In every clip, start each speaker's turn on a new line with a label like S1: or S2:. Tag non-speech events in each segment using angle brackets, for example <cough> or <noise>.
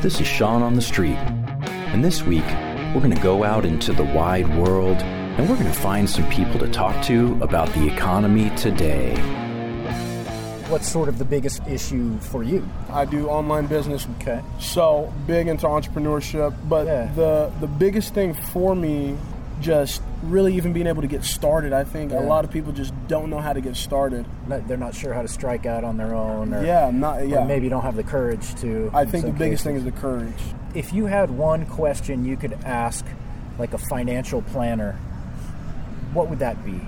S1: This is Sean on the Street, and this week we're going to go out into the wide world and we're going to find some people to talk to about the economy today.
S2: What's sort of the biggest issue for you?
S3: I do online business.
S2: Okay.
S3: So big into entrepreneurship, but
S2: Yeah.
S3: the the biggest thing for me just really even being able to get started. I think a
S2: Yeah.
S3: lot of people just don't know how to get started.
S2: Not- They're not sure how to strike out on their own, or,
S3: Yeah, not yeah.
S2: or maybe don't have the courage to.
S3: I
S2: in
S3: think the
S2: some
S3: biggest thing
S2: cases.
S3: is the courage.
S2: If you had one question you could ask, like a financial planner, what would that be?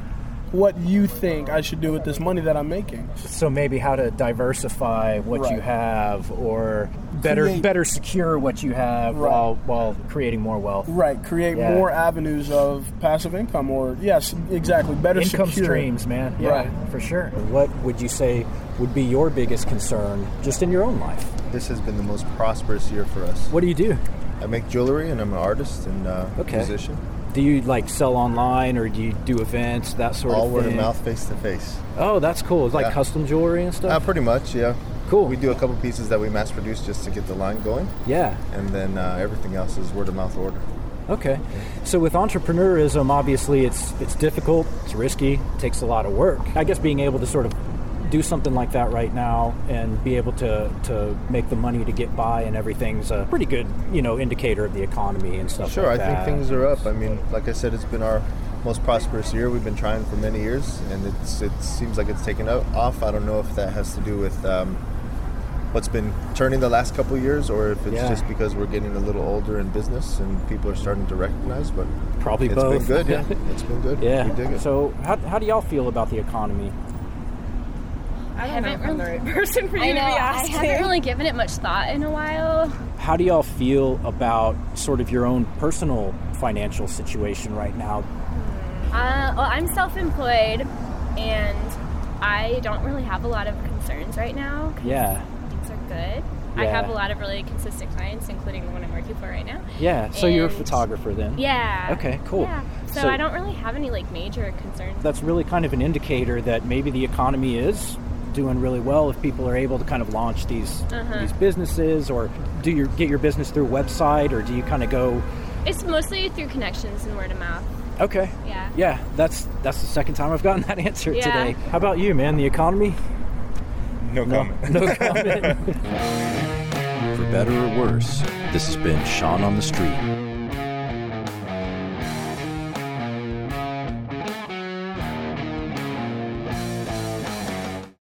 S3: What you think I should do with this money that I'm making?
S2: So maybe how to diversify what you
S3: Right.
S2: have, or better
S3: Create-
S2: better secure what you have
S3: Right.
S2: while while creating more wealth.
S3: Right, create
S2: Yeah.
S3: more avenues of passive income, or yes, exactly, better
S2: Income
S3: secure.
S2: streams, man. Yeah,
S3: Right.
S2: for sure. What would you say would be your biggest concern just in your own life?
S4: This has been the most prosperous year for us.
S2: What do you do?
S4: I make jewelry and I'm an artist and uh,
S2: Okay.
S4: musician.
S2: Do you like sell online or do you do events, that sort
S4: All
S2: of
S4: word
S2: thing?
S4: of mouth, face to face.
S2: Oh, that's cool. It's like
S4: Yeah.
S2: custom jewelry and
S4: Uh,
S2: stuff.
S4: Pretty much, yeah.
S2: Cool.
S4: We do a couple pieces that we mass produce just to get the line going,
S2: yeah.
S4: and then uh, everything else is word of mouth order.
S2: Okay. So with entrepreneurism, obviously it's it's difficult, it's risky, it takes a lot of work. I guess being able to sort of do something like that right now and be able to to make the money to get by and everything's a pretty good, you know, indicator of the economy and stuff
S4: Sure,
S2: like
S4: I think
S2: that.
S4: things are up. I mean, like I said, it's been our most prosperous year. We've been trying for many years, and it's it seems like it's taken o- off. I don't know if that has to do with um, what's been turning the last couple years, or if it's
S2: Yeah.
S4: just because we're getting a little older in business and people are starting to recognize. But
S2: Probably
S4: it's
S2: both. <laughs>
S4: been good. Yeah, it's been good.
S2: yeah.
S4: we dig it.
S2: So how, how do y'all feel about the economy?
S5: I
S6: haven't
S5: don't know if I'm the
S6: really-
S5: right <laughs> person for you
S6: I
S5: to be
S6: know. I
S5: asking.
S6: haven't really given it much thought in a while.
S2: How do y'all feel about sort of your own personal financial situation right now?
S6: Uh, well, I'm self-employed, and I don't really have a lot of concerns right now. 'cause
S2: Yeah.
S6: things are good. I
S2: Yeah.
S6: have a lot of really consistent clients, including the one I'm working for right now.
S2: Yeah. So you're a
S6: And-
S2: photographer then?
S6: Yeah.
S2: Okay, cool.
S6: Yeah. So,
S2: So-
S6: I don't really have any like major concerns.
S2: That's really kind of an indicator that maybe the economy is doing really well if people are able to kind of launch these
S6: Uh-huh.
S2: these businesses or do your get your business through a website or do you kind of go
S6: It's mostly through connections and word of mouth.
S2: okay
S6: Yeah.
S2: yeah that's that's the second time I've gotten that <laughs> answer
S6: Yeah.
S2: today how about you man the economy
S4: no, comment. <laughs>
S1: For better or worse, this has been Sean on the Street.